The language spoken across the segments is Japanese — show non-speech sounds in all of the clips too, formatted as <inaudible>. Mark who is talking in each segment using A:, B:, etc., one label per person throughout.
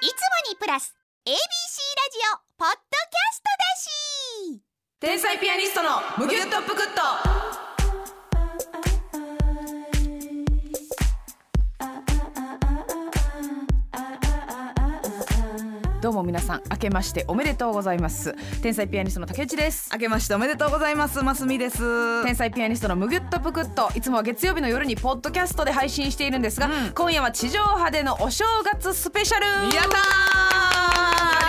A: いつもにプラス ABC ラジオポッドキャストだし
B: 天才ピアニストのむぎゅっとぷくっとどうも皆さん明けましておめでとうございます天才ピアニストの竹内です
C: 明けましておめでとうございますますみです
B: 天才ピアニストのむぎゅっとぷくっといつもは月曜日の夜にポッドキャストで配信しているんですが、
C: うん
B: 今夜は地上波でのお正月スペシャル
C: やった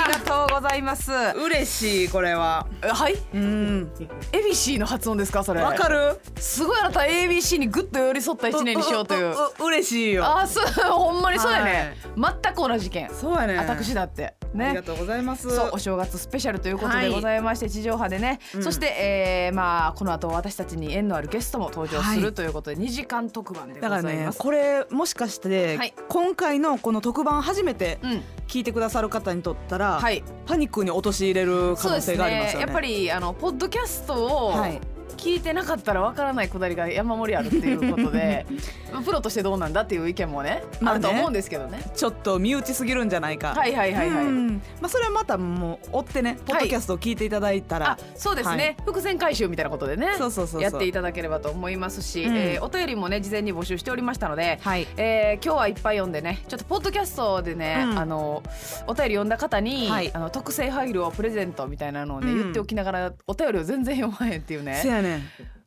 B: ありがとうございます
C: ー嬉しいこれは
B: えはい
C: うん
B: エビシーの発音ですかそれ
C: わかる
B: すごいあなた ABC にグッと寄り添った一年にしようと
C: <laughs>
B: いう
C: う嬉しいよ
B: あそうほんまにそうやね、全く同じ件、
C: そうやね
B: 私だって
C: あり
B: ね
C: がとうございます
B: そうお正月スペシャルということ
C: は
B: で
C: い
B: ございまして、地上波でね、
C: うん
B: そして、えーまあこの後私たちに縁のあるゲストも登場す
C: は
B: る
C: い
B: ということで、2時間特番でご
C: だ
B: ざ
C: から
B: い
C: ね
B: ます。
C: これもしかして、
B: はい
C: 今回のこの特番初めて
B: うん、
C: 聞いてくださる方にとったら、
B: はい、
C: パニックに陥れる可
B: そう
C: 能
B: です
C: 性があります
B: ね
C: よね
B: やっぱりあのポッドキャストを
C: はい
B: 聞いてなかったらわからないくだりが山盛りあるっていうこと
C: <laughs>
B: でプロとしてどうなんだっていう意見もね,、
C: ま
B: あ、
C: あ
B: る
C: ね
B: と思うんですけどね。
C: ちょっと身内すぎるんじゃないか
B: はいはいはいはい、
C: うんまあそれはまたもう追ってねポッドキャストを聞いていただいたら、
B: あそうですね、
C: はい
B: 伏線回収みたいなことでね
C: そうそうそうそう
B: やっていただければと思いますし、
C: うん
B: えーお便りもね事前に募集しておりましたので、
C: はい
B: えー今日はいっぱい読んでねちょっとポッドキャストでね、
C: うん
B: あのお便り読んだ方に、
C: はい
B: あの特製ファイルをプレゼントみたいなのをね、
C: うん
B: 言っておきながらお便りを全然読まへんっていう
C: せ
B: ね
C: やねん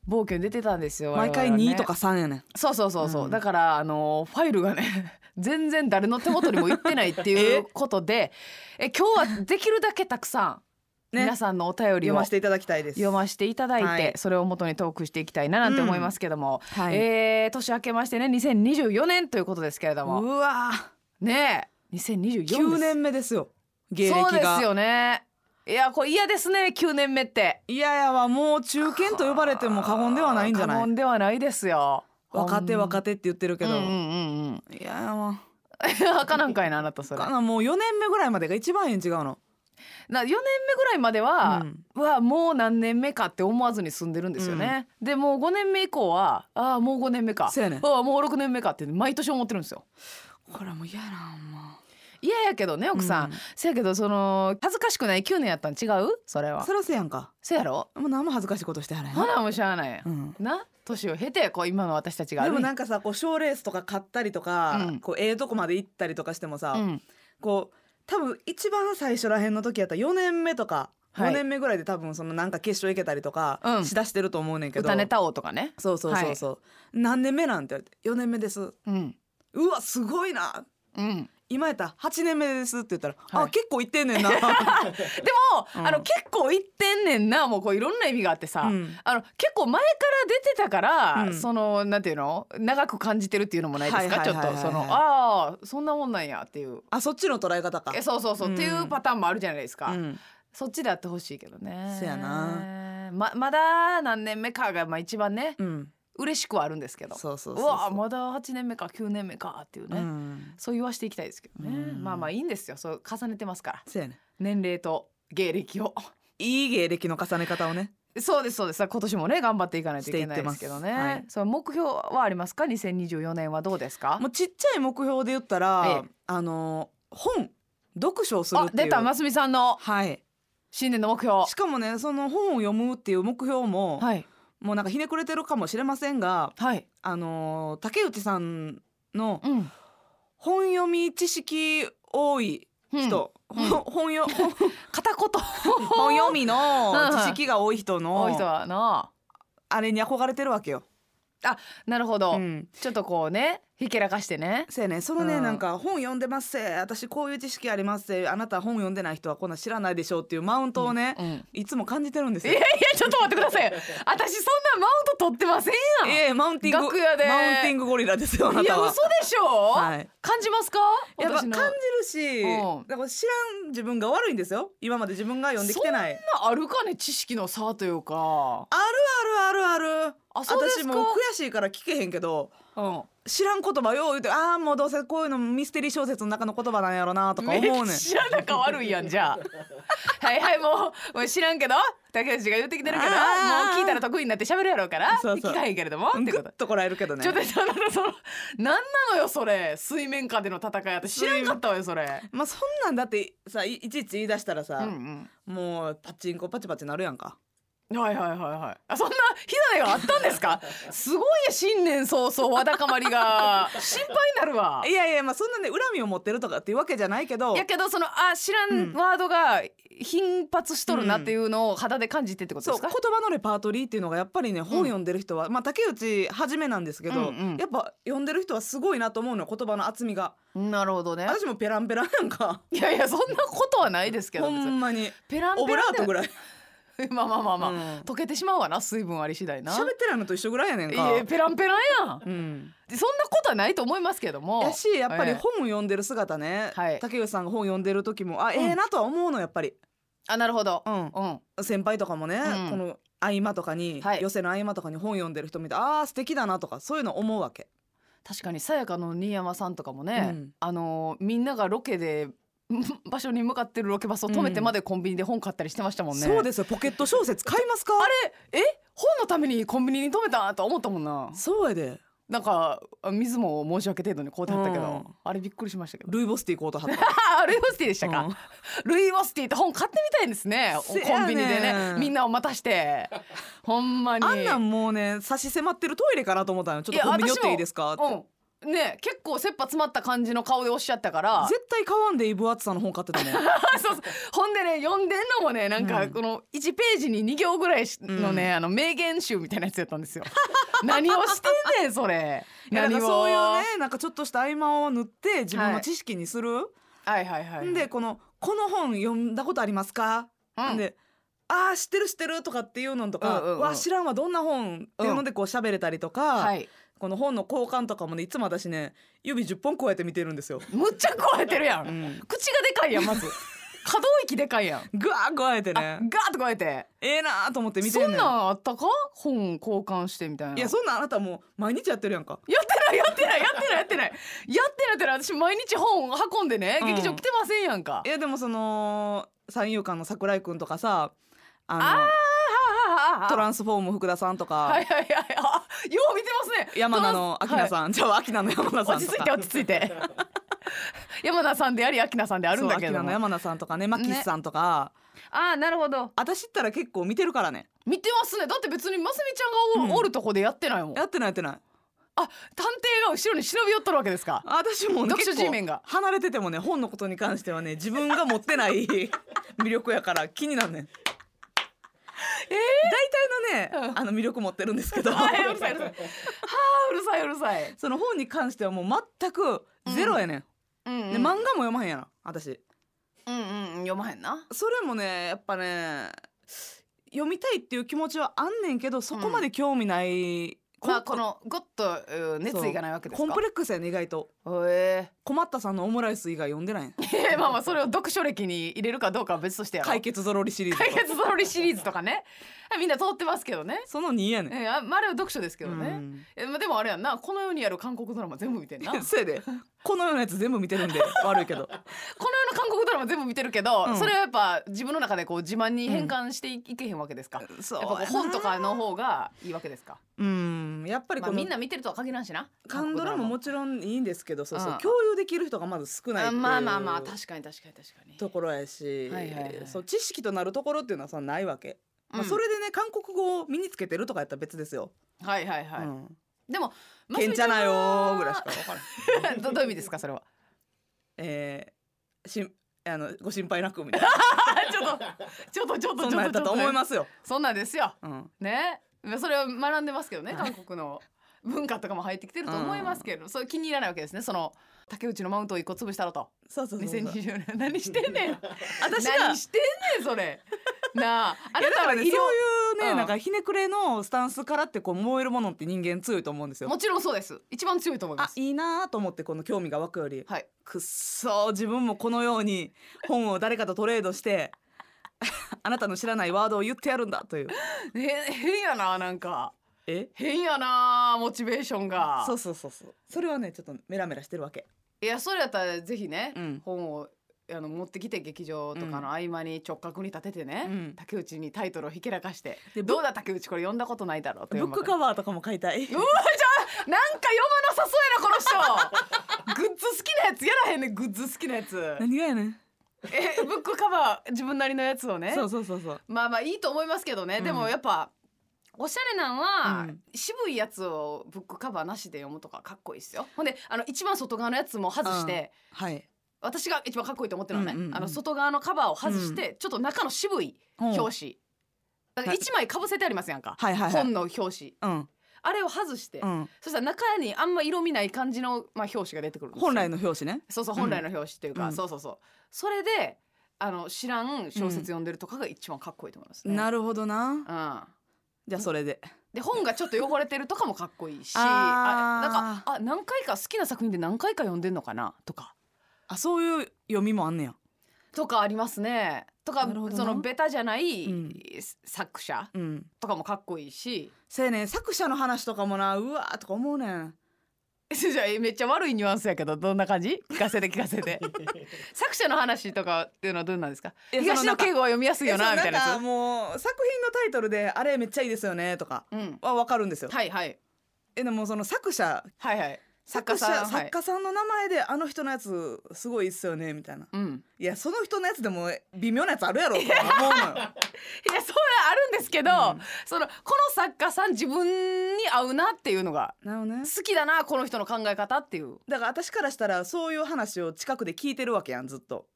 B: 暴挙に出てたんですよ
C: 毎回
B: 我々はね
C: 2とか3やねん
B: そうそうそうそう、
C: うん
B: だからあのファイルがね <laughs> 全然誰の手元にもいってないっていうこと
C: <laughs>
B: でえ今日はできるだけたくさん、
C: ね
B: 皆さんのお便り
C: 読
B: を
C: ませていただきたいです
B: 読ませていただいて、
C: はい
B: それを元にトークしていきたいななんて思いますけども、
C: うんはい
B: えー年明けましてね2024年ということですけれど
C: う
B: も
C: わ
B: ねえ2024です
C: 9年目ですよ芸
B: そう
C: 歴
B: で
C: が
B: すよねいやこれ嫌ですね9年目って
C: いやいやはもう中堅と呼ばれても過言ではないんじゃ
B: 過
C: ない
B: 言ではないですよ
C: 若手若手って言ってるけ
B: 手
C: ど、
B: うんうんうん <laughs> うん
C: いやいやわ
B: あかなんかいなあなたそれ
C: かなもう4年目ぐらいまでが一番ええん違うの
B: な4年目ぐらいまでは、うわもう何年目かって思わずに済んでるんですよね、でもう5年目以降はああもう5年目か
C: そうやね
B: ああもう6年目かって毎年思ってるんですよ
C: これもう嫌やなほんま
B: 嫌やけどね奥さん、
C: うん
B: せやけどその恥ずかしくない9年やったん違うそれは
C: そらせやんか
B: せやろ
C: もう何も恥ずかしいことしてはらへん
B: ほなもうしゃあないや、
C: うん
B: な年を経てこう今の私たちがあ
C: で
B: る
C: もなんかさこう賞レースとか買ったりとか、
B: うん
C: こうええとこまで行ったりとかしてもさ、
B: うん
C: こう多分一番最初らへんの時やったら4年目とか
B: はい
C: 5年目ぐらいで多分そのなんか決勝行けたりとか
B: うん
C: しだしてると思うねんけど、
B: 歌ネタ王とかね
C: そうそうそうそう、何年目なんて言われて「4年目です
B: うん」
C: うわすごいな
B: うん、
C: 今やったら8年目ですって言ったら「
B: はい
C: あ結構行ってんねん
B: <laughs>
C: な」
B: でも、
C: うん
B: あの結構言ってんねんなもうこういろんな意味があってさ、
C: うん
B: あの結構前から出てたから、
C: うん
B: そのなんていうの長く感じてるっていうのもないですか、
C: はいはいはいはいは
B: ち
C: い
B: ょっとそのああそんなもんなんやっていう
C: あそっちの捉え方か
B: えそうそうそう、
C: うん
B: っていうパターンもあるじゃないですか、
C: うん
B: そっちでやってほしいけどね。
C: そやな
B: ままだ何年目かがまあ一番ね
C: うん
B: 嬉しくはあるんですけど。
C: そうそうそう
B: うわまだ8年目か9年目かっていうね、
C: うん
B: そう言わしていきたいですけどね、
C: うん
B: まあまあいいんですよそう重ねてますから
C: そうやね
B: 年齢と芸歴を <laughs>
C: いい芸歴の重ね方をね
B: そうですそうです今年もね頑張っていかないといけないですけど
C: していってますは
B: ね
C: い
B: そう目標はありますか2024年はどうですか
C: もうちっちゃい目標で言ったら、
B: え
C: あの本読書をする
B: あ
C: っていう
B: 出たますみさんの
C: はい
B: 新年の目標
C: しかもねその本を読むっていう目標も、
B: はい
C: もうなんかひねくれてるかもしれませんが
B: はい
C: あのー竹内さんの
B: うん
C: 本読み知識多い
B: う
C: 人、
B: んうん
C: ほ <laughs> 本よ本
B: 片言
C: <laughs> 本読みの
B: はいはい
C: 知識が多い人の
B: <laughs> 多い人はな
C: あれに憧れてるわけよ。
B: なるほど、
C: うん、
B: ちょっとこうねひけらかしてね
C: そうやねそのね、
B: うん
C: なんか本読んでますせ私こういう知識ありますせあなた本読んでない人はこんなん知らないでしょうっていうマウントをね、
B: うんうん
C: いつも感じてるんです
B: い
C: よ
B: やい。やちょっと待ってください私そんなマウント取ってませんやん
C: ええマウンティン
B: 楽
C: グ
B: 屋で
C: マウンティングゴリラですよあない
B: や
C: たは
B: 嘘でしょ、
C: はい
B: 感じますか
C: やっぱ
B: 私
C: 感
B: の
C: じるし
B: うん
C: だから知らん自分が悪いんですよ今まで自分が読んできてない
B: そんなあるかね知識の差というか
C: あるあるあるある
B: あそうですか
C: 私もう悔しいから聞けへんけど
B: うん
C: 知らん言葉よう言うてああもうどうせこういうのミステリー小説の中の言葉なんやろなとか思う
B: め
C: ねん
B: っちゃ仲悪いやんじゃあ <laughs> はいはいもうもう知らんけど竹内が言ってきてるけども
C: あー
B: う聞いたら得意になって喋るやろうから
C: そうそう
B: 聞かへんけれどもって
C: グ
B: こと
C: ッとこらえるけどね
B: ちょっと待ってあなたその何なのよそれ水面下での戦いやって知らんかったわよそれ
C: まあそんなんだってさいいちいち言い出したら
B: うん
C: さ、もうパチンコパチパチなるやんか
B: うんはいはいはいはいあそんな火種があったんです <laughs> かすごいや新年早々わだかまりが心配になるわ
C: いやいやまあそんなね恨みを持ってるとかっていうわけじゃないけど
B: やけどそのあ知らんワードが頻発しとるなっていうのを肌で感じてってこと
C: そ
B: で
C: う
B: すか
C: 言、葉のレパートリーっていうのがやっぱりね本読んでる人は、まあ竹内はじめなんですけど、
B: うんうん
C: やっぱ読んでる人はすごいなと思うのよ言葉の厚みが
B: なるほどね
C: 私もペランペランやんか
B: いやいやそんなことはない <laughs> ですけど
C: ほ
B: 別に
C: んまに
B: ペラン
C: オ
B: ペ
C: ブラ
B: ラン
C: ートぐ
B: ら
C: らい
B: い <laughs> まあまあまあまあ、
C: うん
B: 溶けてしまうわな水分あり次第な
C: 喋ってないのと一緒ぐらいやねん
B: い
C: か
B: やペランペランやん
C: うん
B: そんなことはないと思いますけども
C: やしやっぱり
B: ええ
C: 本を読んでる姿ね、
B: はい
C: 竹内さんが本読んでる時もあ、
B: ん
C: ええなとは思うのやっぱり、
B: あなるほど
C: うん、
B: うん
C: 先輩とかもね、
B: うん
C: この合間とかに、
B: はい
C: 寄席の合間とかに本読んでる人見てああ素敵だなとかそういうの思うわけ、
B: 確かにさやかの新山さんとかもね、
C: うん
B: あのーみんながロケで <laughs> うん場所に向かってるロケバスを止めてまでコンビニで本買ったりしてましたもんね、
C: そうですよポケット小説買いますかあれ
B: え本のためにコンビニに止めたと思ったもんな
C: そうやで
B: なんか水も申し訳程度にこうてはったけど、
C: うん
B: あれびっくりしましたけど <laughs>
C: ルイボスティー行こうとはった
B: あルイボスティーでしたか、
C: うん
B: ルイボスティーって本買ってみたいんですね
C: せやねん
B: コンビニでねみんなを待たしてほんまに
C: あんなんもうね差し迫ってるトイレかなと思ったのよちょっ
B: や
C: とコンビニ寄ってい
B: 私
C: い
B: も
C: ですかって、
B: うんね結構切羽詰まった感じの顔でおっしゃったから
C: 絶対買わんでいい分厚さの本買ってた
B: <laughs>
C: もん
B: そうそうほんでね読んでんのもねなん
C: う
B: か
C: ん
B: この1ページに2行ぐらいしのね、あの名言集みたいなやつやったんですよ何をしてんねんそれ
C: いやなん
B: 何
C: か
B: を
C: そういうねなんかちょっとした合間を縫って自分の知識にする、
B: はいはいはい
C: んでこの「この本読んだことありますか
B: うん
C: んで「あー知ってる知ってる」とかっていうのとか「
B: うんうんうん
C: わ知らんわどんな本」っていうのでこう喋れたりとか、
B: はい
C: この本の交換とかもねいつも私ね指10本こうやって見てるんですよ。
B: むっちゃ加えてるやん、
C: うん
B: 口がでかいやんまず可動域でかいやん
C: ぐわーこうやって
B: あ
C: ね
B: ガーッと加えて
C: ええなーと思って見て
B: そ
C: ん
B: ん
C: ね
B: なんあったか本交換してみたいない
C: やそんなんあなたもう毎日やってるやんか。
B: やってないやってないやってないやってないやってないやってない私毎日本運んでね、
C: うん
B: 劇場来てませんやんか
C: いやでもその三遊間の桜井くんとかさあの
B: あ
C: ト
B: ン
C: ランスフォーム福田さんとか、
B: はいはいはいあよう見てますね
C: 山名の明菜
B: ん、
C: さん、じゃあ明菜の山名
B: は
C: さ
B: い
C: ん
B: 落ち
C: と
B: 着い
C: か
B: て落ち着いて <laughs> 山名さんであり明菜さんであるんだけ
C: そう
B: ど
C: 明菜の
B: も
C: 山名さんとかねマキスさんとか、
B: あーなるほど
C: 私ったら結構見てるからね
B: 見てますねだって別にますみちゃんがお,、
C: うん
B: るとこでやってないもんあ
C: やってないやってない
B: 探偵が後ろに忍び寄っとるわけです
C: <laughs>
B: か
C: 私もね
B: 読書
C: 結構
B: G メンが
C: 離れててもね本のことに関してはね自分が持ってない <laughs> 魅力やから気になんねん。大体のね、
B: うん
C: あの魅力持ってるんですけど
B: あーうるさいうるさい <laughs> はあうるさいうるさい、
C: その本に関してはもう全くゼロやねん、
B: うんうん
C: で漫画も読まへんやな私
B: うんうんうん読まへんな
C: それもねやっぱね読みたいっていう気持ちはあんねんけどそこまで興味ない、コン
B: まあこのゴッとうん熱意がないわけです
C: コ
B: か
C: ンプレックスやね意外と
B: へ
C: 困ったさんのオムライス以外読んでないねん
B: えまあまあそれを読書歴に入れるかどうかは別としてやろ
C: 解決ぞろりシリーズとか
B: 解決ぞろりシリーズとかねあみんな通ってますけどね
C: その2やねん、
B: えーあまああれは読書ですけど
C: う
B: ね、
C: ん
B: えまあでもあれやんなこの世にある韓国ドラマ全部見てんなこの世
C: せいでこのようなやつ全部見て
B: <laughs>
C: るんで悪いけど
B: の韓国ドラマ全部見てるけど、
C: うん
B: それはやっぱ自分の中でこう自慢に変換してい,、けへんわけですかやっ
C: そう
B: ぱ
C: や
B: こ
C: な
B: う本とかの方がいいわけですか、
C: うんやっぱり
B: まあ、
C: この、
B: みんな見てるとは限らんしな
C: カンドラももちろんいいんですけどそうそう、
B: うん
C: 共有できる人がまず少ないって
B: あ
C: いう
B: まあまあまあ確かに確かに確かに
C: ところやし、
B: はいはいはい
C: そう知識となるところっていうのはさないわけ、まあ、
B: うん
C: それでね韓国語を身につけてるとかやったら別ですよ
B: はいはいはい、
C: うん
B: でも
C: 「けんちゃなよ」ぐらいしか分から
B: <laughs>
C: ん、
B: どどういう意味ですかそれは
C: <laughs> えー、しあのご心配なくみたいな
B: <laughs> ちょっとちょっとちょっと
C: そんなんやったと思い
B: す
C: ますよ、
B: そんなんですよ
C: うん、
B: ねそれを学んでますけどね
C: は
B: 韓国の文化とかも入ってきてると思いますけれど、それ気に入らないわけですねその竹内のマウントを一個潰したろと
C: そうそうそうそう
B: 2020年何してんねん
C: 私が
B: 何してんねんそれなああ
C: <laughs> いや
B: な
C: だ
B: た
C: か
B: は
C: ら
B: 医
C: ね
B: 療
C: そういうね、
B: うん
C: なんかひねくれのスタンスからってこう燃えるものって人間強いと思うんですよ
B: もちろんそうです一番強いと思いま
C: あ
B: す
C: いいなーと思ってこの興味が湧くより、
B: はい
C: くっそー自分もこのように本を誰かとトレードして <laughs> あなたの知らないワードを言ってやるんだという
B: へ変やななんか
C: え
B: 変やなモチベーションが
C: そうそうそうそうそれはねちょっとメラメラしてるわけ
B: いやそれやったらぜひね、
C: うん
B: 本をあの持ってきて劇場とかの合間に直角に立ててね、
C: うん
B: 竹内にタイトルをひけらかして「
C: で
B: どうだ竹内これ読んだことないだろ」と
C: ブック
B: か
C: カバーとかも買いたい
B: うわじゃあなんか読まなさそうやなこの人グッズ好きなやつやらへんねグッズ好きなやつ
C: 何がやねん
B: えブックカバー自分なりのやつをね
C: そうそうそうそう
B: まあまあいいと思いますけどね、
C: うん
B: でもやっぱおしゃれなんは、
C: うん
B: 渋いやつをブックカバーなしで読むとかかっこいいですよほんであの一番外側のやつも外して、
C: はい
B: 私が一番かっこいいと思ってるのはね、
C: うんうんうん
B: あの外側のカバーを外して、ちょっと中の渋い表
C: 表
B: 紙、だから一枚かぶせてありますやんか、
C: はいはいはい
B: 本の表紙
C: うん
B: あれを外して、
C: うん
B: そしたら中にあんま色味ない感じの、まあ、表紙が出てくるんですよ
C: 本来の表紙ね
B: そうそう
C: うん
B: 本来の表紙っていうか、
C: うん
B: そうそうそうそれであの知らん小説読んでるとかが一番かっこいいと思いますね、
C: なるほどな
B: うん
C: じゃあそれで
B: で本がちょっと汚れてるとかもかっこいいし
C: あー
B: あなんかあ何回か好きな作品で何回か読んでんのかなとか
C: あそういう読みもあんねや
B: とかありますねとか
C: なるほどな
B: そのベタじゃない、
C: うん
B: 作者
C: うん
B: とかもかっこいいし
C: せやねん作者の話とかもなうわーとか思うねん
B: じゃあめっちゃ悪いニュアンスやけどどんな感じ聞かせて聞かせて <laughs> 作者の話とかっていうのはどうなんですか
C: いや
B: 東
C: そのな
B: 野
C: んか
B: 敬吾は読みやすいよなみたいな
C: そう
B: や
C: んかもう作品のタイトルであれめっちゃいいですよねとか
B: つうん
C: はわかるんですよ、
B: はいはい
C: えでもその作者
B: はいはい
C: 作者
B: さんは
C: 作
B: い
C: 家さんの名前であの人のやつすごいいいっすよねみたいな
B: うん
C: いやその人のやつでも微妙なやつあるやろとか思うのよ
B: いやそれはあるんですけど、
C: うん
B: そのこの作家さん自分に合うなっていうのが
C: <laughs> なるほどね
B: 好きだなこの人の考え方っていう
C: だから私からしたらそういう話を近くで聞いてるわけやんずっと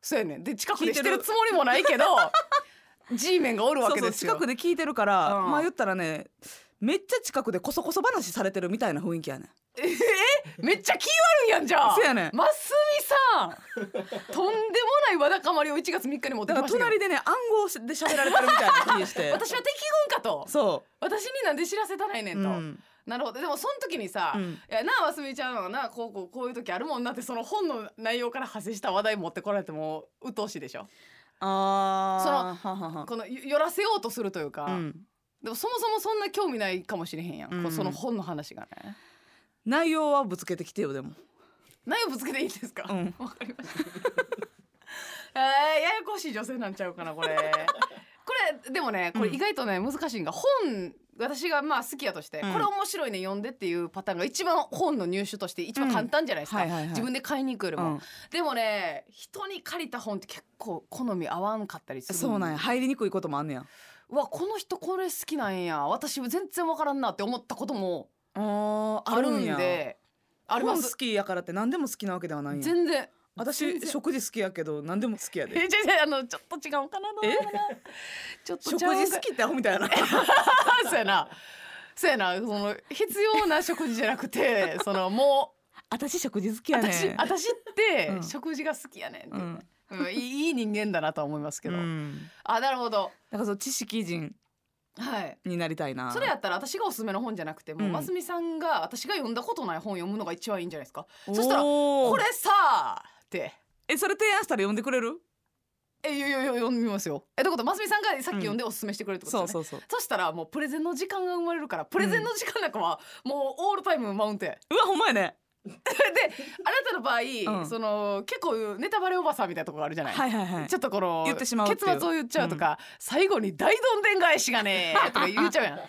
B: そうやねんで近く
C: 聞
B: で
C: いて
B: し
C: る
B: てるつもりもないけど G メンがおるわ
C: そう
B: け
C: そう
B: ですよ
C: 近くで聞いてるから、
B: うん
C: まあ言ったらねめっちゃ近くでこそこそ話されてるみたいな雰囲気やねん
B: めっちゃ気悪いやんじゃあ
C: そうやねん
B: マスミさんとんでもないわだかまりを1月3日に持ってき
C: だから
B: ましたけど
C: 隣でね暗号で喋られてるみたいな気して <laughs>
B: 私は敵軍かと
C: そ
B: 私になんで知らせたないね
C: う、
B: んと、
C: うん
B: なるほどでもその時にさ、
C: うん
B: いやなあますみちゃんはなこうこうこういう時あるもんなってその本の内容から派生した話題持ってこられてもうとうしいでしょ
C: ああははは
B: このよ寄らせようとするというか、
C: うん、
B: でもそもそもそんな興味ないかもしれへんやん、こう
C: うん
B: その本の話がね
C: 内容はぶつけてきてよでも
B: 内容ぶつけていいんですか、
C: うん
B: わかりましたえ <laughs> ー、ややこしい女性なんちゃうかな
C: <laughs>
B: これこれでもねこれ意外とね、難しいんが本私がまあ好きやとして、
C: うん
B: これ面白いね読んでっていうパターンが一番本の入手として一番簡単じゃないですか、
C: うんはいはいはい
B: 自分で買いに行くより
C: う
B: も、
C: ん
B: でもね人に借りた本って結構好み合わんかったりする
C: そうなんや入りにくいこともあんねや
B: うわこの人これ好きなんや私全然わからんなって思ったことも
C: あ
B: あるんでありま
C: 本好
B: す
C: きやからって何でも好きなわけではないんや
B: 全然全
C: 私
B: 然
C: 食事好きやけど何でも好きやで
B: えじゃあじゃああのちょっと違うかなどうかなちょっと
C: 食事
B: <laughs>
C: 好きってアホみたいやな
B: きそうやなそうやなその必要な食事じゃなく <laughs> てそのも
C: <laughs> 私食事好き
B: う私私って
C: うん
B: 食事が好きやねんって、
C: うん
B: うんいいいい人間だなとは思いますけ
C: う
B: ど、
C: ん
B: あなるほど
C: だからそう知識人
B: はい
C: になりたいな
B: それやったら私がおすすめの本じゃなくてもう、
C: うん
B: ますみさんが私が読んだことない本読むのが一番いいんじゃないですか
C: そ
B: したらこ
C: こ
B: れさって
C: えそれ提案したら呼んでくれる
B: えいやいやいや読みますよえってことはますみさんがさっき読んでおすすめしてくれるってこと
C: そう
B: ですよね、
C: そうそう
B: そしたらもうプレゼンの時間が生まれるからプレゼンの時間なんかはもうオールタイムマウンテン、
C: うわほんまやね
B: であなたの場合、
C: うん
B: その結構ネタバレおばさんみたいなところあるじゃない、
C: はいはいはい
B: ちょっとこの
C: 言ってしまうっていう
B: 結末を言っちゃうとか、最後に「大どんでん返しがね」とか言っちゃう
C: <laughs>
B: やん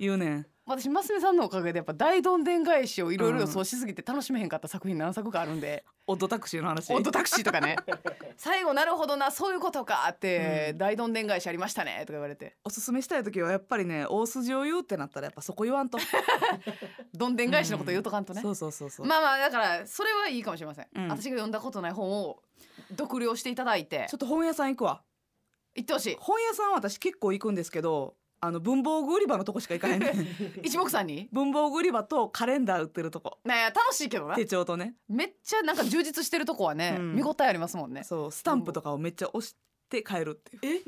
C: 言うねん
B: 私ますみさんのおかげでやっぱ大どんでん返しをいろいろ
C: うん
B: 予想しすぎて楽しめへんかった作品何作かあるんで
C: オッドタクシー
B: 「
C: の話
B: オットタクシー」と
C: <laughs>
B: かね「最後なるほどなそういうことか」って「
C: うん
B: 大どんでん返しありましたね」とか言われて
C: おすすめしたい時はやっぱりね大筋を言うってなったらやっぱそこ言わんと、 <laughs>
B: 「どんでん返し」のこと言うとかんとね、
C: そうそうそうそう、
B: まあまあだからそれはいいかもしれません、
C: うん
B: 私が読んだことない本を読了していただいて
C: ちょっと本屋さん行くわ
B: 言ってほしい
C: 本屋さんは私結構行くんですけどあの文房具売り場のとこしか行かへんね <laughs> ん
B: 一目散に
C: 文房具売り場とカレンダー売ってるとこ
B: ねえ楽しいけどな
C: 手帳とね
B: めっちゃなんか充実してるとこはね、
C: うん
B: 見応えありますもんね
C: そうスタンプとかをめっちゃ押して買えるっていう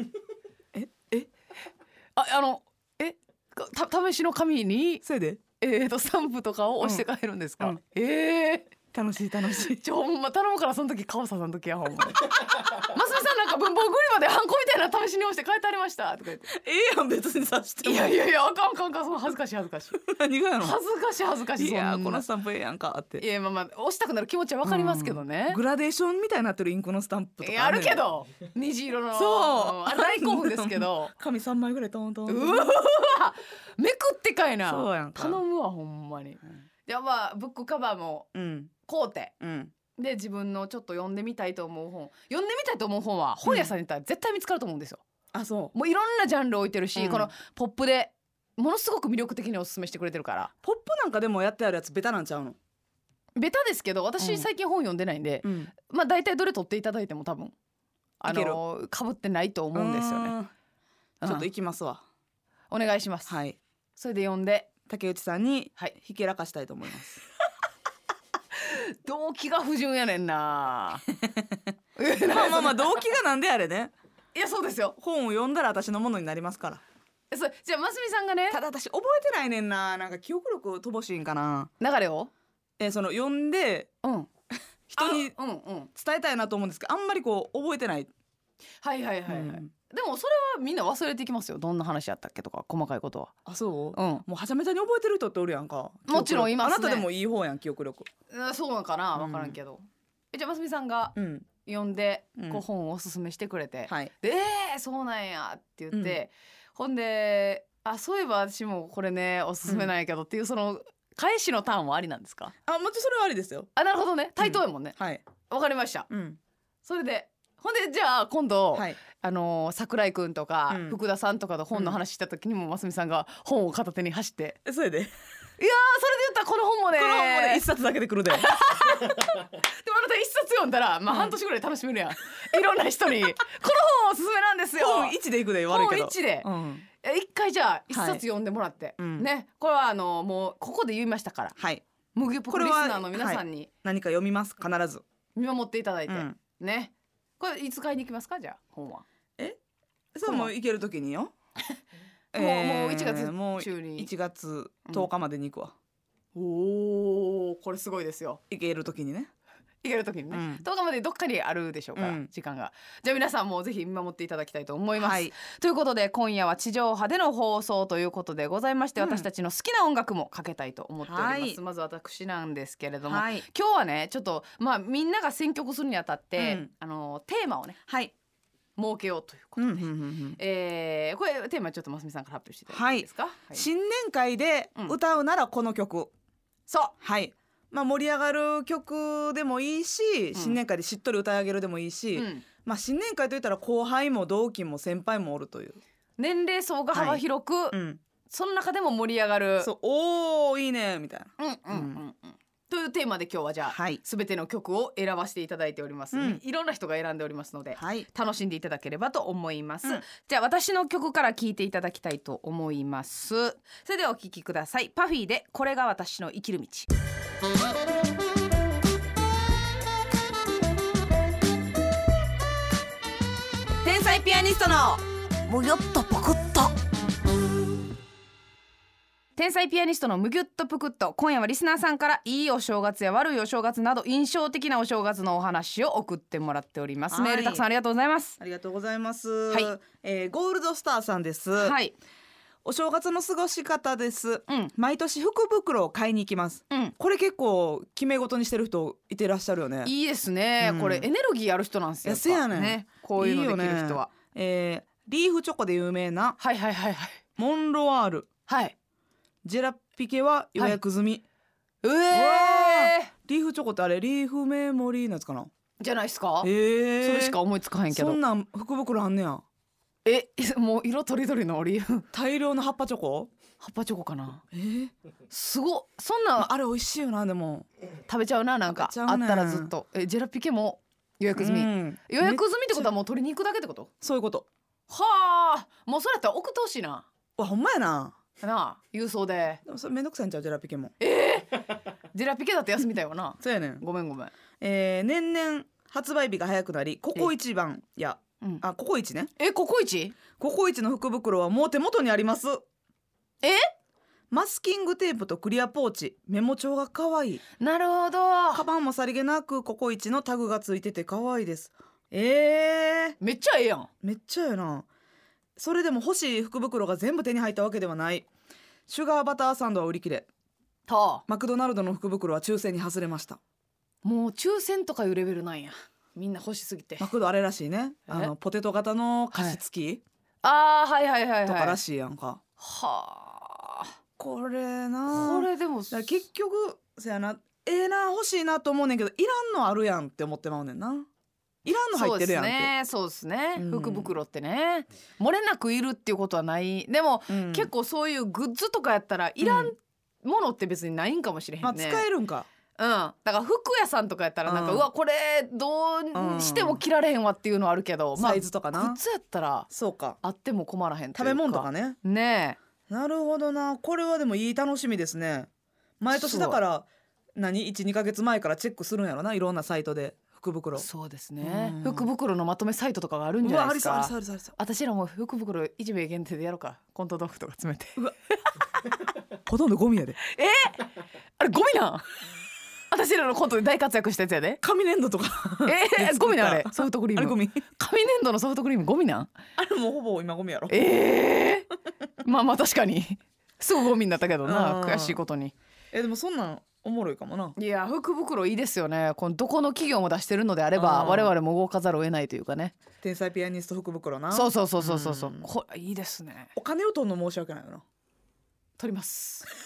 B: ああのえかた試しの紙に
C: それで
B: えー、とスタンプとかを押して帰るんですか、
C: うん
B: ええ
C: 楽しい楽し
B: <laughs>
C: い
B: ちょほんま頼むからその時川さんの時やほんまますみさんなんか文房具売りまでハンコみたいなの試しに押して書いてありましたとか言って
C: ええやん別にさして
B: い
C: も
B: やいやいやあかんあかんあかんその恥ずかしい恥ずかしい
C: 何がや
B: 恥ずかしい恥ずかし
C: の
B: い
C: いや
B: そん
C: ー
B: な
C: このスタンプええやんかって
B: いやまあまあ押したくなる気持ちはわかりますけどね、
C: グラデーションみたいになってるインクのスタンプとか
B: いやあるけ
C: んねん
B: ど虹色の
C: そう、
B: んあれ大興奮ですけ
C: <laughs>
B: ど
C: 紙三枚ぐらいトントン
B: うわめくってかいな
C: そうやんか
B: 頼むわほんまにじゃあまあブックカバーも
C: うん
B: 買うて
C: うん
B: で自分のちょっと読んでみたいと思う本読んでみたいと思う本は本屋さんに行ったら絶対見つかると思うんですよ、
C: あそう
B: もういろんなジャンル置いてるし、
C: うん
B: このポップでものすごく魅力的におすすめしてくれてるから
C: ポップなんかでもやってあるやつベタなんちゃうの
B: ベタですけど
C: う
B: 私
C: ん
B: 最近本読んでないんで、
C: うん
B: まあ大体どれ取っていただいても多分あのかぶってないと思うんですよね、
C: ねちょっと
B: うん
C: 行きますわ
B: お願いします、
C: はい
B: それで読んで
C: 竹内さんに
B: はい
C: ひけらかしたいと思います
B: 動機が不純やねんな
C: まあまあまあ動機がなんであれね
B: いやそうですよ
C: 本を読んだら私のものになりますから
B: それじゃあますみさんがね
C: ただ私覚えてないねんななんか記憶力乏しいんかな
B: 流れを
C: えその読んで
B: うん
C: 人に
B: あうんうん
C: 伝えたいなと思うんですけどあんまりこう覚えてない、
B: はいはいはいはい、
C: うん
B: でもそれはみんな忘れていきますよどんな話やったっけとか細かいことは
C: あそう
B: うん
C: もうはちゃめちゃに覚えてる人っておるやんか
B: もちろんいますね
C: 記憶力あなたでもいい方やん記憶力
B: うんそうなんかな
C: うん
B: 分からんけど、えじゃあますみさんが
C: うん
B: 読んで、
C: うん
B: こう本をおすすめしてくれて、
C: はい
B: でえー、そうなんやって言って、ほんであそういえば私もこれねおすすめなんやけどっていうその返しのターンはありなんですか
C: あもちろんそれはありですよ
B: あなるほどね対等やもんね
C: はい
B: わ、かりました
C: うん
B: それでほんでじゃあ今度、
C: はい
B: あのー桜井くんとか、
C: うん
B: 福田さんとかと本の話した時にも、ますみさんが本を片手に走って
C: えそれで、
B: あそれで言ったらこの本もね
C: この本も
B: <laughs>
C: ね
B: で
C: 一冊だけで来るで
B: もあなた一冊読んだら、まあ、半年ぐらい楽しめるやん、いろんな人 <laughs> にこの本おすすめなんですよ
C: 本一でいくで悪いけど
B: 本一で
C: うん、
B: え一回じゃあ一
C: はい
B: 冊読んでもらって、
C: うん
B: ねこれはあのもうここで言いましたから
C: はい
B: 麦ポ
C: こ
B: ク
C: れ
B: リス
C: は
B: ナーの皆さんに
C: 何か読みます必ず、
B: 見守っていただいて、
C: うん
B: ねこれいつ買いに行きますかじゃあ本は、
C: そうもう行ける時に
B: <laughs>
C: よ
B: もうもう
C: えー
B: 1月
C: もう
B: 中に
C: 1月10日までに行くわ、
B: おおこれすごいですよ
C: 行ける時にね
B: 行ける時にね、
C: うん
B: 10日までどっかにあるでしょうから、
C: うん
B: 時間がじゃあ皆さんもぜひ見守っていただきたいと思います、
C: はい
B: ということで今夜は地上波での放送ということでございまして、
C: うん
B: 私たちの好きな音楽もかけたいと思っております、
C: はい
B: まず私なんですけれども、
C: はい
B: 今日はねちょっとまあみんなが選曲するにあたって、
C: うん
B: あのテーマをね
C: はい、
B: 設けようということ
C: うん
B: で、
C: うんうんうん
B: えーこれテーマちょっとますみさんから発表していただいていいですか、はい
C: 新年会で歌うならこの曲、
B: そう
C: はいまあ盛り上がる曲でもいいし、新年会でしっとり歌い上げるでもいいし、
B: うん
C: まあ新年会といったら後輩も同期も先輩もおるという、
B: 年齢層が幅広く、
C: うん、
B: その中でも盛り上がる
C: そうおーいいねみたいな
B: うんうんうんうんというテーマで今日はじゃあ、
C: はい
B: すべての曲を選ばせていただいております、
C: うん
B: いろんな人が選んでおりますので、
C: はい
B: 楽しんでいただければと思います、
C: うん
B: じゃあ私の曲から聴いていただきたいと思いますそれではお聴きくださいパフィーでこれが私の生きる道天才ピアニストの
A: もよっとぽこっと
B: 天才ピアニストのむぎゅっとぷくっと今夜はリスナーさんからいいお正月や悪いお正月など印象的なお正月のお話を送ってもらっております、
C: はい
B: メールたくさんありがとうございます
C: ありがとうございます、
B: はい
C: えーゴールドスターさんです、
B: はい
C: お正月の過ごし方です
B: うん
C: 毎年福袋を買いに行きます
B: うん
C: これ結構決め事にしてる人いてらっしゃるよね
B: いいですね、
C: うん
B: これエネルギーある人なんですよ
C: いやせやねん
B: こういうのできる人
C: いいよ
B: は
C: ねえーリーフチョコで有名な
B: はいはいはいはい
C: モンロワール
B: はい
C: ジェラピケは予約済み、
B: うえ
C: わリーフチョコってあれリーフメモリーのやつかな
B: ーじゃないですか、
C: ええ
B: それしか思いつかへんけ
C: そ
B: ど
C: んなん福袋あんねや
B: え <laughs> もう色とりどりの <laughs> オリーブ
C: 大量の葉っぱチョコ
B: 葉っぱチョコかな
C: えー
B: すごっそんなん
C: あれ美味しいよなでも
B: 食べちゃうななんか
C: 食べちゃ
B: あ
C: う
B: っ
C: ね
B: たらずっとえジェラピケも予約済み、
C: うん
B: 予約済みってことは
C: め
B: もう取りに行くだけってこと
C: そういうこと
B: はあもうそれやったら送ってほしいな
C: わほんまやな
B: なあ郵送で
C: でもそれめんどくさいんちゃうジェラピケも
B: ジェラピケだって休みたいよな
C: そうやねん、
B: ごめんごめん
C: えー、年々発売日が早くなりココイチ版や
B: うん
C: あココイチね
B: えココイチ
C: ココイチの福袋はもう手元にあります
B: え
C: マスキングテープとクリアポーチメモ帳が可愛い
B: なるほど
C: カバンもさりげなくココイチのタグがついてて可愛いですえー、
B: めっちゃええやん
C: めっちゃやなそれでも欲しい福袋が全部手に入ったわけではないシュガーバターサンドは売り切れ
B: はあ
C: マクドナルドの福袋は抽選に外れました
B: もう抽選とかいうレベルなんやみんな欲しすぎて
C: マクドあれらしいね
B: え
C: あのポテト型の菓子付
B: あーはいはいはいは
C: き
B: い
C: とからしいやんか、
B: はあ
C: これな
B: これでも
C: だから結局そやなええな欲しいなと思うねんけどいらんのあるやんって思ってまうねんないらんの入ってるやんって
B: そうですねそうですね、
C: うん
B: 福袋ってね漏れなくいるっていうことはないでも、
C: うん
B: 結構そういうグッズとかやったらいらんものって別にないんかもしれへんね、
C: まあ、使えるんか
B: うん、だから服屋さんとかやったらなんか、う
C: うん
B: わこれどうしても着られへんわっていうのはあるけど、まあ
C: サイズとかな、
B: 靴やったら
C: そうか
B: あっても困らへんというか
C: 食べ物とかね
B: ね
C: なるほどなこれはでもいい楽しみですね毎年だから何12ヶ月前からチェックするんやろないろんなサイトで福
B: え
C: 袋
B: そうですね、
C: うん
B: 福袋のまとめサイトとかがあるんじ
C: う
B: ゃ
C: わ
B: な
C: あ
B: いで
C: り
B: す
C: そうあり
B: か
C: そうありそうありそ
B: 私らも福袋一名限定でやろうかコント豆腐とか詰めて
C: うほとんどゴミやで
B: あれゴミなん <laughs> 私らのコントで大活躍したやつやで
C: 紙粘土と
B: <laughs>
C: か
B: えー、ゴミなんあれソフトクリ
C: あ
B: ー
C: れゴ
B: ム
C: ミ
B: 紙粘土のソフトクリームゴミなん
C: あれもうほぼ今ゴミやろ
B: ええ <laughs> ー、まあまあ確かにすぐゴミになったけどな
C: うん
B: 悔しいことに
C: えでもそんなんおもろいかもない
B: や福袋いいですよねこのどこの企業も出してるのであれば
C: うん
B: 我々も動かざるを得ないというかね
C: 天才ピアニスト福袋な
B: そうそうそうそうそうそう
C: うん
B: これいいですね
C: お金を取るの申し訳ないよな
B: 取ります <laughs>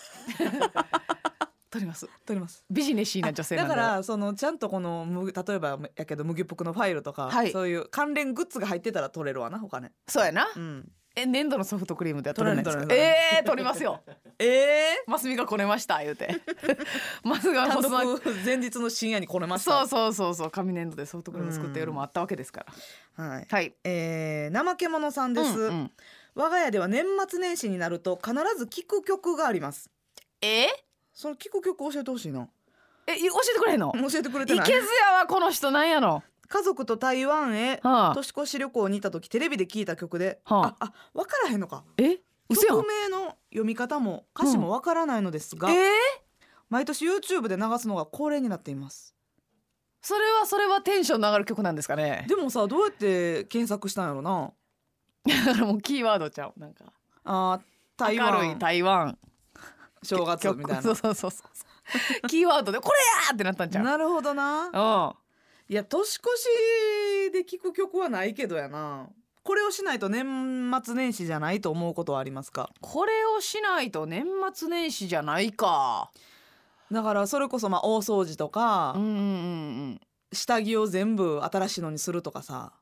B: 取ります
C: 取ります
B: ビジネシーな女性な
C: だ
B: ん
C: か
B: だ
C: らそのちゃんとこのむ例えばやけど麦ぽくのファイルとか、
B: はい
C: そういう関連グッズが入ってたら取れるわなお金
B: そうやな
C: うん
B: え粘土のソフトクリームでは取れないんですか
C: 取れない取れな
B: ええー、取りますよ
C: ええ
B: マスミがこねました言う
C: <laughs>
B: てマスが
C: 単
B: その
C: 独前日の深夜にこねまし
B: そう
C: た
B: そうそうそう紙粘土でソフトクリーム作った夜もあったわけですから
C: はい
B: はい
C: えー、怠け者さんです、
B: うんうん
C: 我が家では年末年始になると必ず聴く曲があります
B: え
C: それ聴く曲教えてほしいな
B: えい教えてくれへんの
C: 教えてくれ
B: い
C: て
B: け
C: ない
B: ずやわこの人なんやの
C: 家族と台湾へ
B: はあ
C: 年越し旅行に行った時テレビで聴いた曲で、
B: は
C: ああ分からへんのか
B: え嘘やん
C: 曲名の読み方も歌詞もわからないのですが、
B: えー
C: 毎年 YouTube で流すのが恒例になっています
B: それはそれはテンションの上がる曲なんですかね <laughs>
C: でもさどうやって検索したんやろな
B: だからもうキーワードちゃうなんか
C: あー台
B: 明るい
C: 湾
B: 台湾
C: 正月みた
B: 曲
C: い
B: そう
C: な
B: そうそうそう <laughs> キーワードでこれやーってなったんちゃう
C: なるほどな
B: うん
C: いや年越しで聴く曲はないけどやなこれをしないと年末年始じゃないと思うことはありますか
B: これをしないと年末年始じゃないか
C: だからそれこそまあ大掃除とか、
B: うんうんうんうん
C: 下着を全部新しいのにするとかさ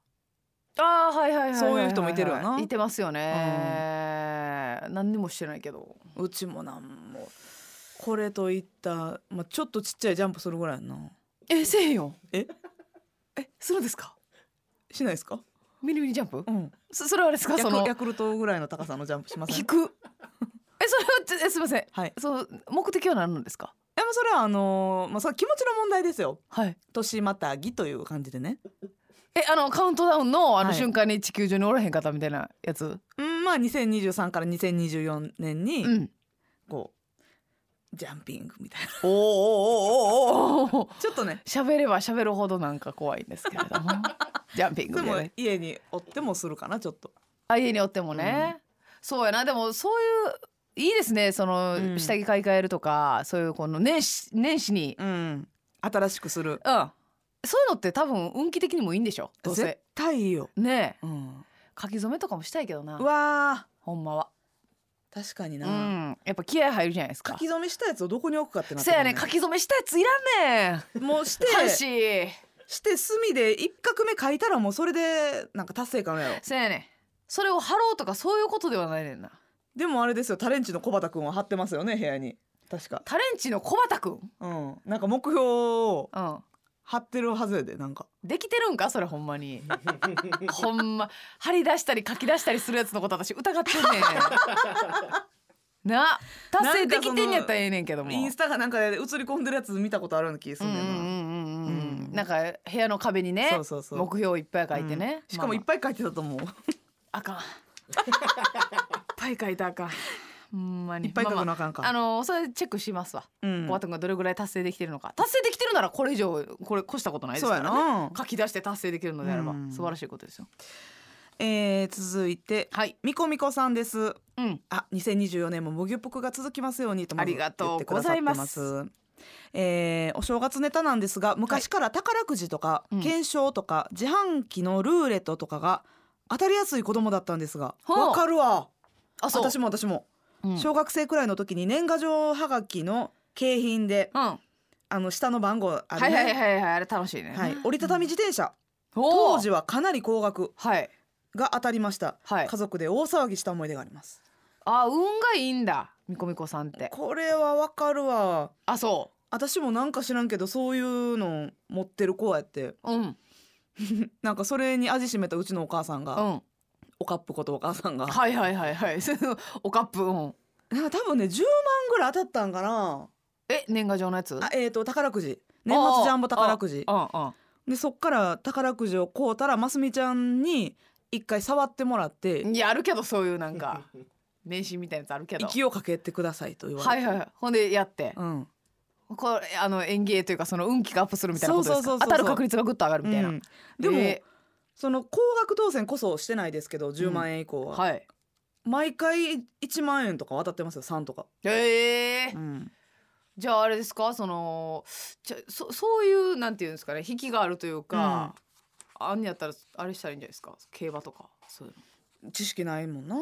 B: あーはいはいはいはは
C: そういう人もいてるよない
B: てますよね、何にもしてないけど
C: うちもなんもこれといった、まあ、ちょっとちっちゃいジャンプするぐらいやな
B: えせえへんよ
C: え
B: えするんですか
C: しないですか
B: ミニミニジャンプ
C: うん
B: そそれはあれですか
C: ヤ
B: そ
C: ク
B: の
C: ヤクルトぐらいの高さのジャンプしません
B: 引く <laughs> えそれはちょえすいません
C: はいで
B: そう目的は何なんですか
C: もそれはあのーまあ、それは気持ちの問題ですよ
B: はい
C: 年またぎという感じでね
B: えあのカウントダウンのあの
C: はい
B: 瞬間に地球上におらへん方みたいなやつ、
C: うんまあ2023から2024年に
B: うん
C: こうジャンピングみたいな
B: おーおーおーおーおー
C: ちょっとね
B: 喋れば喋るほどなんか怖いんですけれ
C: <laughs>
B: どもジャンピン
C: で
B: グで
C: も
B: ね
C: 家におってもするかなちょっと
B: あ家におってもね、そうやなでもそういういいですねその、
C: うん
B: 下着買い替えるとかそういうこの年始年始に
C: うん新しくする
B: うんそういうのって多分運気的にもいいんでしょどう
C: 絶
B: せ
C: 対いいよ、
B: ねえ
C: うん、
B: 書き初めとかもしたいけどな
C: うわ
B: ほんまは
C: ー確かに
B: う
C: な、
B: んやっぱ気合入るじゃないです
C: 書
B: か
C: き初めしたやつをどこに置くかってなって
B: そ
C: く
B: や
C: る
B: ね書き初めしたやついらんねん
C: もうして
B: 半紙
C: して隅で一画目書いたらもうそれでなんか達成感やろ
B: そやねんそれを貼ろうとかそういうことではないねんな
C: でもあれですよタレンチの小畑くんは貼ってますよね部屋に確か
B: タレンチの小畑くん
C: うんなんか目標を
B: うん
C: 貼ってるはずやでなんか
B: できてるんかそれほんま
C: <laughs>
B: にほんま張り出したり書き出したりするやつのこと私疑ってんねんな達成できてんやったらええねんけども
C: インスタがなんかで映り込んでるやつ見たことあるような気がす
B: うん
C: る
B: うん
C: ねん
B: うん
C: な
B: うんうん
C: うん
B: なんか部屋の壁にね
C: そうそうそう
B: 目標いっぱい書いてね、
C: うんしかもいっ
B: い
C: <laughs> ぱい書いてたと思う、
B: あかんいっぱい書いたらあかんほんまに
C: いっぱい書
B: まあ
C: く
B: ま
C: なあかんか、
B: ああのそれチェックしますわ
C: うん
B: コバトンがどれぐらい達成できてるのか達成できてるならこれ以上これ越したことないです
C: そう
B: か
C: や
B: らね
C: な、
B: 書き出して達成できるのであれば
C: うん
B: 素晴らしいことですよ
C: えー、続いて
B: はい
C: みこみこさんです
B: うん
C: あ、2024年ももぎゅっぽくが続きますようにとまず
B: ありがとう
C: 言ってくださって
B: ご
C: えーお正月ネタなんですが昔から宝くじとか
B: うん
C: 検証とか、自販機のルーレットとかが当たりやすい子供だったんですが
B: ほう
C: わかるわ
B: あそう
C: 私も私も、
B: うん
C: 小学生くらいの時に年賀状はがきの景品で
B: うんは
C: あの下の番号あ
B: い
C: る
B: はい
C: ね、
B: はいはいあれ楽しいね
C: はい折りたたみ自転車
B: 当
C: 当時はかなり高額
B: はい
C: が当たりました、
B: はい
C: 家族で大騒ぎした思い出があります
B: あ運がいいんだみこみこさんって
C: これはわかるわ
B: あそ
C: 私もなんか知らんけどそういうの持ってる子やって
B: ううん
C: なんかそれに味しめたうちのお母さん
B: う
C: が、
B: ん
C: おかっぷことお母さんが、
B: はいはいはいはい <laughs> おカップうん
C: なんか多分ね10万ぐらい当たったんかな
B: え年賀状のやつ
C: あえっ、と宝くじ年末ジャンボ宝くじ
B: うんうん
C: でそっから宝くじを買うたらますみちゃんに一回触ってもらって
B: いやあるけどそういうなんか迷信みたいなやつあるけど
C: 息をかけてくださいと言われ
B: は
C: て、
B: いはいはいほんでやって
C: うん、
B: これあの演芸というかその運気がアップするみたいなことです
C: そ
B: か
C: うそうそうそ
B: 当
C: う
B: たる確率がぐっと上がるみたいな、
C: うんでも、
B: え
C: その高額当選こそしてないですけど10万円以降
B: ー
C: は、
B: はい
C: 毎回1万円とか当たってますよ3とか、
B: えー
C: うん
B: じゃああれですかそのじゃそそういうなんていうんですかね引きがあるというか、あんにやったらあれしたらいいんじゃないですか競馬とかそういうの
C: 知識ないもんな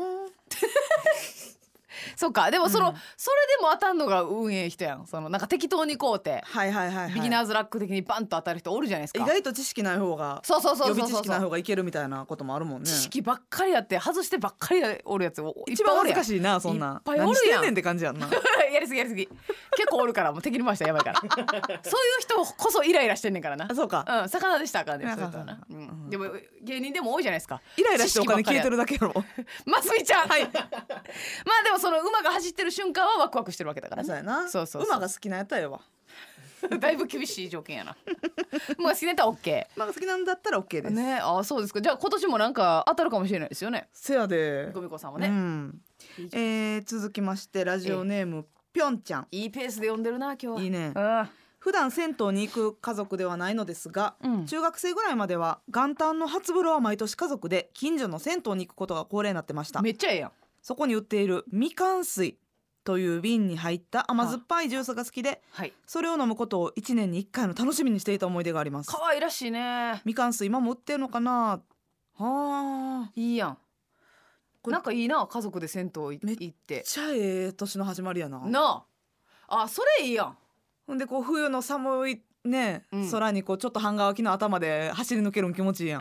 B: そうかでもその、
C: うん
B: それでも当たんのが運営人やんそのなんか適当にこうて、
C: はいはいはい、はい、
B: ビギナーズラック的にバンと当たる人おるじゃないです
C: 意
B: か
C: 外と知識ない方が
B: そうそうそう
C: 予
B: そう
C: 備
B: そう
C: 知識ない方がいけるみたいなこともあるもんね
B: 知識ばっかりやって外してばっかりおるやつお
C: 一番
B: おる
C: 恥ず
B: やん
C: かしいなそんない
B: っぱいおるやん
C: 何してんねんって感じやんな
B: <laughs> やりすぎやりすぎ結構おるからもう敵に回したらやばい
C: <laughs>
B: からそういう人こそイライラしてんねんからな
C: あそうか
B: うん魚でしたらあかんねんそういう人はな、
C: う
B: うんん、でも芸人でも多いじゃないですか
C: イライラしてお金消え
B: る
C: てるだけやろ
B: ますみちゃん、 <laughs> はい、まあでもその馬が走ってる瞬間はワクワクしてるわけだからね
C: そうやな
B: そうそうそう
C: 馬が好きなやったらええわ
B: だいぶ厳しい条件
C: <laughs>
B: やな馬が好きなやったら OK
C: 馬が好きなんだったら OK です、
B: ねあそうですかじゃあ今年もなんか当たるかもしれないですよね
C: せやで
B: みこみこさんは
C: う
B: ね、
C: んえー続きましてラジオネームぴょんちゃん
B: いいペースで読んでるな今日はい
C: いね
B: うん
C: 普段銭湯に行く家族ではないのですが、
B: うん
C: 中学生ぐらいまでは元旦の初風呂は毎年家族で近所の銭湯に行くことが恒例になってました
B: めっちゃええやん
C: そこに売っているみかん水という瓶に入った甘酸っぱいジュースが好きで
B: はい
C: それを飲むことを1年に1回の楽しみにしていた思い出があります
B: 可愛らしいね
C: みかん水今も売ってるのかなはあ
B: いいやん
C: これ
B: なんかいいな家族で銭湯い
C: め
B: 行って
C: めっちゃええ年の始まりやな
B: なああそれいいやん
C: ほんでこう冬の寒いね、
B: うん
C: 空にこうちょっと半乾きの頭で走り抜けるん気持ちいいや <laughs>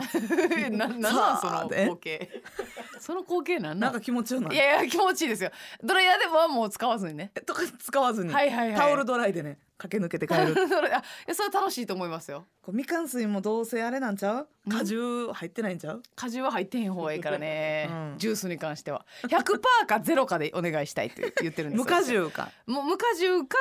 B: <laughs>
C: ん
B: ななんなんそ
C: さあ
B: の
C: で
B: 光景 <laughs> その光景なん
C: な
B: なん
C: か気持ちよない
B: いやいや気持ちいいですよドライヤーではもう使わずにね
C: とか使わずに、
B: はいはいはい
C: タオルドライでね駆け抜けて帰
B: タオ
C: る <laughs>
B: ル <laughs> ドライヤーあいやそれ楽しいと思いますよ
C: こうみかん水もどうせあれなんちゃう
B: うん
C: 果汁入ってないんちゃう、
B: 果汁は入ってへん方がいいからね、
C: うん
B: ジュースに関しては100%か0かでお願いしたいって言ってるんですよ
C: 無果汁か
B: もう無果汁か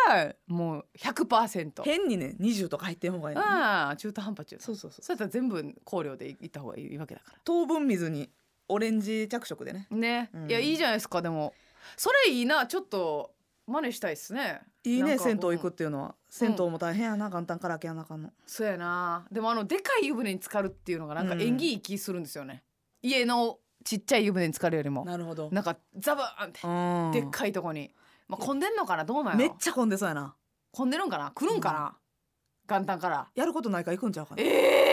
B: もう100%
C: 変にね20とか入ってん方がいいのね、
B: ああ中途半端中途
C: そうそうそう
B: そうやったら全部香料でいった方がいいわけだか
C: 糖分水にオレンジ着色でね
B: らね、
C: うん
B: いやいいじゃないですかでもそれいいなちょっと真似したいですね
C: いい
B: なん
C: ね
B: か
C: 銭湯行くっていうのは銭湯
B: う
C: も大変やな元旦から開けやなあかんの
B: そうやなでもあのでかい湯船に浸かるっていうのがなんか
C: うん
B: 縁起いい気するんですよね、家のちっちゃい湯船に浸かるよりも
C: なるほど
B: なんかザバーンって
C: うん
B: でっかいとこに、まあ、混んでんのかなどうなん
C: め
B: や
C: っ
B: ろ
C: ちゃ混んでそうやな
B: 混んでるんかな来るんかな、元旦から
C: やることないから行くんちゃうかな
B: ええ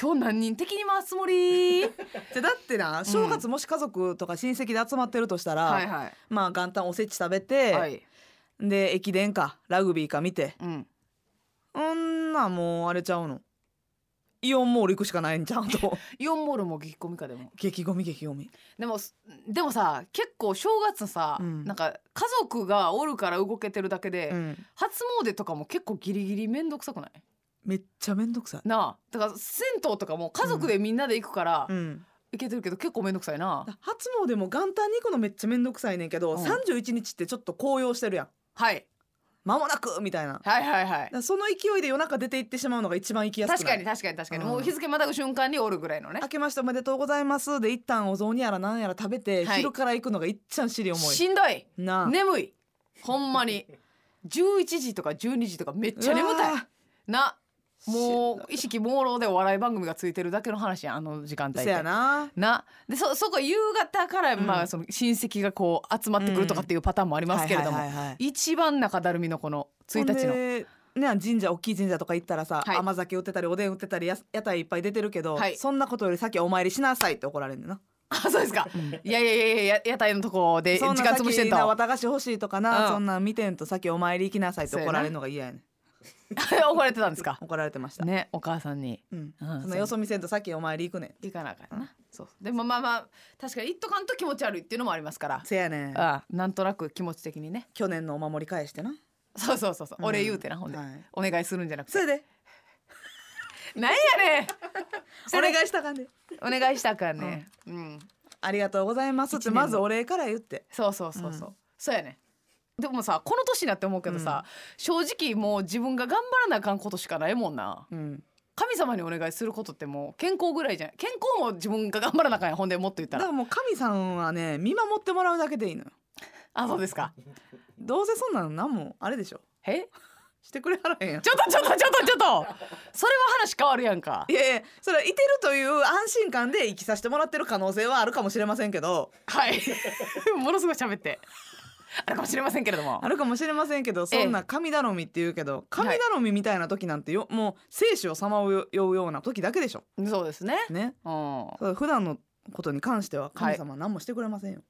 B: 今日何人敵に回すつもりはい
C: じゃだってな正月もし家族とか親戚で集まってるとしたら、
B: は
C: <laughs> まあ元旦おせち食べ
B: い
C: て、
B: はい
C: で駅伝かラグビーか見て
B: うん
C: うんなもうあれちゃうのイオンモール行くしかないんちゃうと
B: イオンモールも激込みかでも
C: <laughs> 激ゴミ激ゴミ
B: でもすでもさ結構正月さ、
C: うん
B: なんか家族がおるから動けてるだけで、
C: うん
B: 初詣とかも結構ギリギリ面倒くさくない
C: めっちゃめんどくさい
B: なあだから銭湯とかも家族でみんなで行くから
C: うん
B: 行けてるけど結構面倒くさいな、
C: 初詣も元旦に行くのめっちゃめんどくさいねんけど、
B: うん
C: 31日ってちょっと紅葉してるやん
B: はい
C: 間もなくみたいなだか
B: はいはいはい
C: らその勢いで夜中出て行ってしまうのが一番行きやすくな
B: 確
C: る
B: かに確かに確かに、
C: うん
B: もう日付またぐ瞬間におるぐらいのね
C: 明けましておめでとうございますで一旦お雑煮やらなんやら食べて、
B: はい
C: 昼から行くのがいっちゃん尻重い
B: しんどい
C: なあ
B: 眠いほんまに11時とか12時とかめっちゃ眠た
C: う
B: い
C: わ
B: な
C: しん
B: も
C: ど
B: う意識朦朧でお笑い番組がついてるだけの話やんあの時間帯っ
C: せや
B: て。
C: な
B: なでそそこ夕方から、
C: うん
B: まあ、その親戚がこう集まってくるとかっていうパターンもありますけれども、
C: はいはいはいはい
B: 一番中だるみのこの1日
C: ほ
B: の。
C: んでね、神社大きい神社とか行ったらさ、
B: はい
C: 甘酒売ってたりおでん売ってたりや屋台いっぱい出てるけど、
B: はい
C: そんなことより先お参りしなさいって怒られるんだな
B: あそうですか、いやいやいやいや屋台のとこで時
C: そんな
B: 間潰して
C: 先
B: ん
C: な
B: と
C: 綿菓子欲しいとかな、
B: うん
C: そんなん見てんと先お参り行きなさいって怒られるのが嫌やねん
B: <laughs> 怒られてたんですか
C: 怒られてました、
B: ねお母さんに
C: うん
B: うん
C: そのよそ見せんと先お参り行くねん
B: 行かなあかんな、そうそうでもまあまあ確かに行っとかんと気持ち悪いっていうのもありますから、
C: せやねん
B: ああなんとなく気持ち的にね
C: 去年のお守り返してな
B: そうそうそうそう、
C: うん
B: お礼言うてなほんで、
C: はい
B: お願いするんじゃなく
C: そ
B: て
C: れで
B: なんやねん
C: お願いしたかんで
B: お願いしたからね、うん
C: ありがとうございますって
B: 一年の
C: まずお礼から言って
B: そうそうそうそう、そうやねでもさこの年になって思うけどさ、正直もう自分が頑張らなあかんことしかないもんな
C: うん
B: 神様にお願いすることってもう健康ぐらいじゃん健康も自分が頑張らなあかんやんほんでもっと言った
C: だかららもう神さんはね見守ってもらうだけでいいのよ
B: あそうですか
C: どうせそんなの何もあれでしょ
B: え
C: してくれはらへんやん
B: ちょっとちょっとちょっとちょっとそれは話変わるやんか
C: いやいやそれはいてるという安心感で生きさせてもらってる可能性はあるかもしれませんけど
B: はい <laughs> ものすごい喋ってあるかもしれませんけれども
C: あるかもしれませんけどそんな神頼みって言うけど神頼みみたいな時なんてよもう生死をさまようような時だけでしょ
B: そうですね
C: ね
B: うん
C: だから普段のことに関しては神様は何もしてくれませんよ、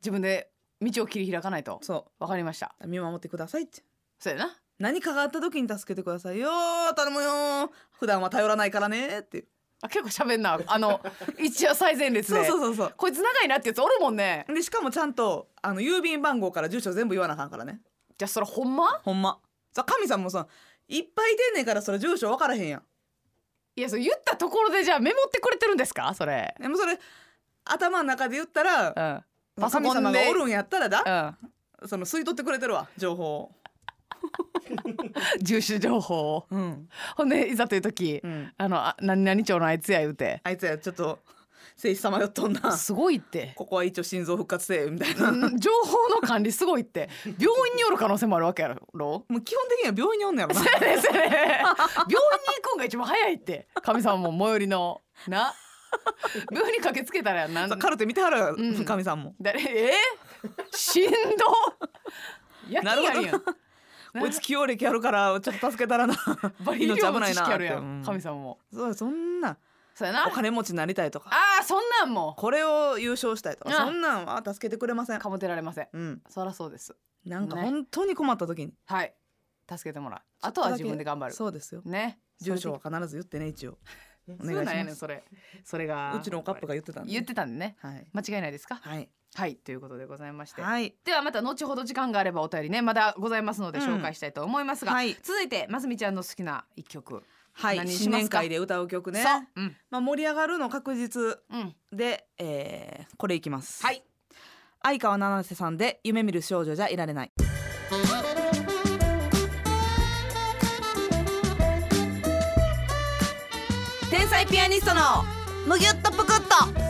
B: 自分で道を切り開かないと
C: そ
B: わかりました
C: う見守ってくださいって
B: そうやな
C: 何かがあった時に助けてくださいよー頼むよー普段は頼らないからねーっていう
B: あ結構喋んなあの一応最前列で
C: そうそうそうそ
B: こいつ長いなってやつおるもんね
C: うでしかもちゃんとあの郵便番号から住所全部言わなあかんからね
B: じゃあそれほんま
C: ほんまさ神様もさいっぱいいてんねんからそれ住所分からへんやん
B: いやそう言ったところでじゃあメモってくれてるんですかそれ
C: でもそれ頭の中で言ったら
B: うんパソ
C: 神
B: コン
C: 様が
B: で
C: おるんやったら
B: う
C: だ
B: ん
C: その吸い取ってくれてるわ情報を
B: 住所情報を
C: うん、
B: ほんでいざという時、
C: うん、
B: あのあ何々町のあいつや言うて
C: あいつやちょっと生死さまよっとんな
B: すごいって
C: ここは一応心臓復活せえみたいな
B: うん情報の管理すごいって病院におる可能性もあるわけやろ
C: もう基本的には病院におんね
B: <laughs>
C: やろな
B: そうですね病院に行くんが一番早いって神様も最寄りのな病院に駆けつけたらなん
C: そうカルテ見てはるわ
B: うん
C: 神さんも
B: 誰えー、しんどやき
C: なるほ
B: や
C: ど
B: りやん
C: こいつ起用歴あるからちょっと助けたらな <laughs>
B: バリ医
C: 命
B: 療
C: 危
B: の
C: な
B: 知
C: いな
B: 識あるや
C: ってうん
B: ん神様も
C: そうそんな
B: そうやな
C: お金持ちになりたいとか
B: あーそんなんも
C: これを優勝したいとか
B: あ
C: そんなんは助けてくれません
B: かもてられません
C: うん
B: そらそうです
C: なんか
B: ね
C: 本当に困った時に
B: はい助けてもらうあとは自分で頑張る
C: そうですよ
B: ね
C: 住所は必ず言ってね一応お
B: それでそう
C: 願い
B: なんや
C: し
B: ね
C: ま
B: ん
C: す
B: それそれが
C: うちのカップが言ってたんで
B: 言ってたんでね
C: はい
B: 間違いないですか
C: はい
B: はいということでございまして
C: はい
B: ではまた後ほど時間があればお便りねまだございますので
C: うん
B: 紹介したいと思いますが、
C: はい
B: 続いてますみちゃんの好きな一曲、
C: はい
B: 何に
C: 新
B: しますか
C: 年会で歌う曲ね
B: そううん
C: まあ盛り上がるの確実
B: うん
C: でえーこれいきます
B: はい
C: 相川七瀬さんで夢見る少女じゃいられない天才ピアニストのむぎゅっとぷくっと